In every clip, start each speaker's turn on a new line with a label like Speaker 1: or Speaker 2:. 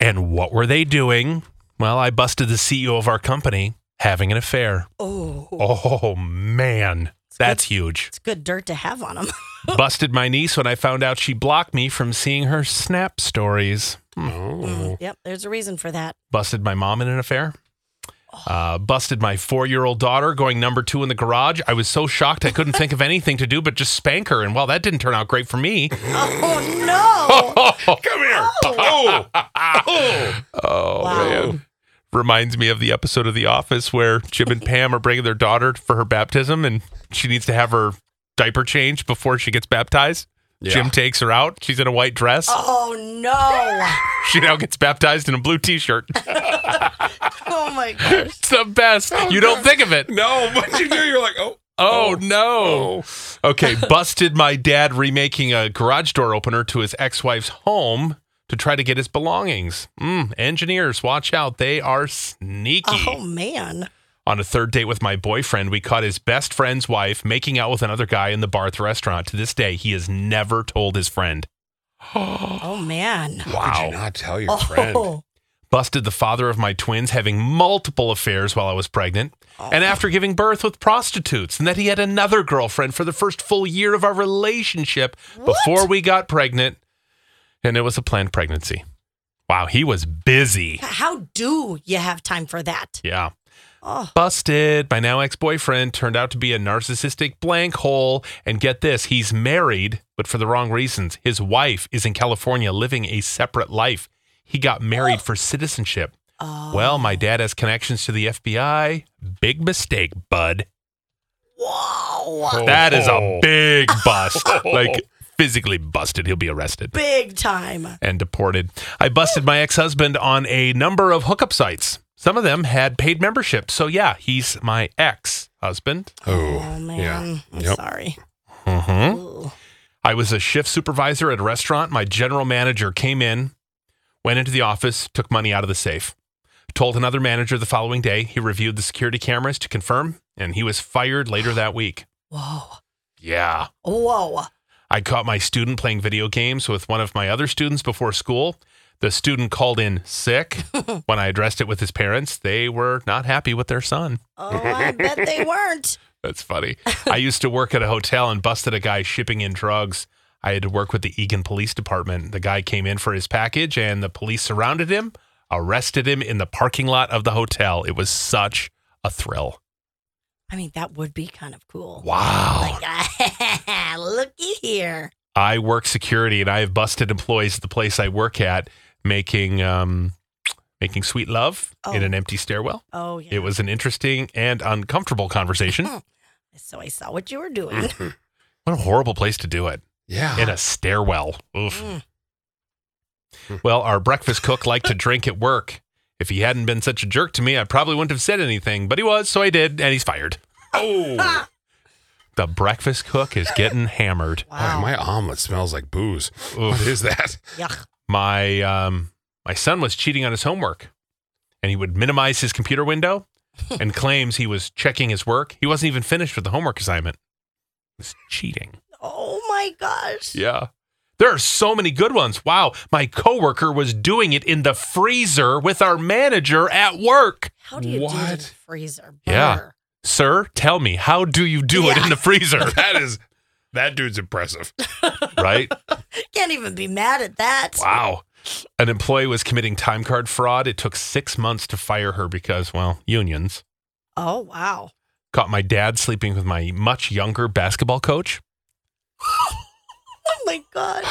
Speaker 1: and what were they doing? Well, I busted the CEO of our company having an affair.
Speaker 2: Oh,
Speaker 1: Oh, man. That's huge.
Speaker 2: it's good dirt to have on him.
Speaker 1: Busted my niece when I found out she blocked me from seeing her snap stories. Hmm.
Speaker 3: Oh.
Speaker 2: yep, there's a reason for that.
Speaker 1: Busted my mom in an affair. Uh, busted my four year old daughter going number two in the garage. I was so shocked I couldn't think of anything to do but just spank her. And well, that didn't turn out great for me.
Speaker 2: Oh no!
Speaker 1: Come here. Oh. oh.
Speaker 2: Wow.
Speaker 1: man. Reminds me of the episode of The Office where Jim and Pam are bringing their daughter for her baptism and she needs to have her diaper changed before she gets baptized. Jim takes her out. She's in a white dress.
Speaker 2: Oh no!
Speaker 1: She now gets baptized in a blue t shirt.
Speaker 2: Oh my gosh!
Speaker 1: It's the best. You don't think of it.
Speaker 3: No, but you do. You're like, oh,
Speaker 1: Oh, no.
Speaker 2: Oh.
Speaker 1: Okay, busted my dad remaking a garage door opener to his ex wife's home to try to get his belongings. Mm, engineers, watch out. They are sneaky.
Speaker 2: Oh man!
Speaker 1: On a third date with my boyfriend, we caught his best friend's wife making out with another guy in the bar at the restaurant. To this day, he has never told his friend.
Speaker 2: Oh man!
Speaker 3: Wow. Did you not tell your friend?
Speaker 2: Oh,
Speaker 1: Busted the father of my twins having multiple affairs while I was pregnant, and after giving birth with prostitutes, and that he had another girlfriend for the first full year of our relationship before we got pregnant, and it was a planned pregnancy. Wow, he was busy.
Speaker 2: how do you have time for that?
Speaker 1: Yeah.
Speaker 2: Oh,
Speaker 1: Busted. My now ex boyfriend turned out to be a narcissistic blank hole. And get this, he's married, but for the wrong reasons. His wife is in California living a separate life. He got married for citizenship.
Speaker 2: uh,
Speaker 1: Well, my dad has connections to the FBI. Big mistake, bud.
Speaker 2: wow!
Speaker 1: That is a
Speaker 3: Oh.
Speaker 1: big bust. like, physically busted. He'll be arrested
Speaker 2: Big
Speaker 3: Oh,
Speaker 2: time.
Speaker 1: and deported. I busted my ex husband on a number of hookup sites. Some of them had paid memberships. So, yeah, he's my ex husband.
Speaker 2: Oh
Speaker 3: Oh,
Speaker 2: man!
Speaker 3: Yeah.
Speaker 2: I'm
Speaker 3: Yep. Hmm?
Speaker 2: sorry.
Speaker 1: Mm-hmm.
Speaker 2: Ooh.
Speaker 1: I was a shift supervisor at a restaurant. My general manager came in, went into the office, took money out of the safe. Told another manager the following day. He reviewed the security cameras to confirm, and he was fired later that week.
Speaker 2: Whoa!
Speaker 1: Yeah.
Speaker 2: Whoa!
Speaker 1: I caught my student playing video games with one of my other students before school. The student called in sick. when I addressed it with his parents, they were not happy with their son.
Speaker 2: Oh, I bet they weren't.
Speaker 1: That's funny. I used to work at a hotel and busted a guy shipping in drugs. I had to work with the Egan Police Department. The guy came in for his package and the police surrounded him, arrested him in the parking lot of the hotel. It was such a thrill.
Speaker 2: I mean, that would be kind of cool.
Speaker 1: Wow.
Speaker 2: Like, Oh
Speaker 1: Oh.
Speaker 2: looky here.
Speaker 1: I work security and I have busted employees at the place I work at making um making sweet love in
Speaker 2: Oh.
Speaker 1: an empty stairwell.
Speaker 2: Oh yeah. Mm.
Speaker 1: It was an interesting and uncomfortable conversation.
Speaker 2: So I saw what you were doing.
Speaker 1: what a horrible place to do it.
Speaker 3: Mm-hmm. Yeah.
Speaker 1: in a stairwell. Oof.
Speaker 2: Ah. Mm.
Speaker 1: Well, our breakfast cook liked to drink at work. If he hadn't been such a jerk to me, I probably wouldn't have said anything, but he was, so I did, and he's fired.
Speaker 3: oh.
Speaker 1: The breakfast cook is getting hammered.
Speaker 3: Boy,
Speaker 2: wow.
Speaker 3: my omelet smells like booze. What
Speaker 1: Oof.
Speaker 3: is that?
Speaker 2: Yuck.
Speaker 1: My um, my son was cheating on his homework, and he would minimize his computer window and claims he was checking his work. He wasn't even finished with the homework assignment. He was cheating.
Speaker 2: Oh my gosh.
Speaker 1: Yeah. There are so many good ones. Wow. My coworker was doing it in the freezer with our manager at work.
Speaker 2: How do you do it in the
Speaker 3: What?
Speaker 2: freezer?
Speaker 1: Yeah.
Speaker 2: Brr.
Speaker 1: Sir, tell me, how do you do it in the freezer?
Speaker 3: That is. That dude's impressive.
Speaker 1: right?
Speaker 2: Can't even be mad at that.
Speaker 1: Wow. An employee was committing time card fraud. It took six months to fire her because, well, unions.
Speaker 2: Oh wow.
Speaker 1: Caught my dad sleeping with my much younger basketball coach.
Speaker 2: Oh my god.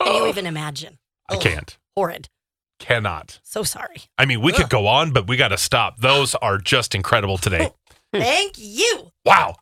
Speaker 2: Can you even imagine?
Speaker 1: Oh. I
Speaker 2: Ugh,
Speaker 1: can't.
Speaker 2: Horrid.
Speaker 1: Cannot.
Speaker 2: So sorry.
Speaker 1: I mean, we Hmm. could go on, but we got to stop. Those are just incredible today.
Speaker 2: Thank you.
Speaker 1: Wow.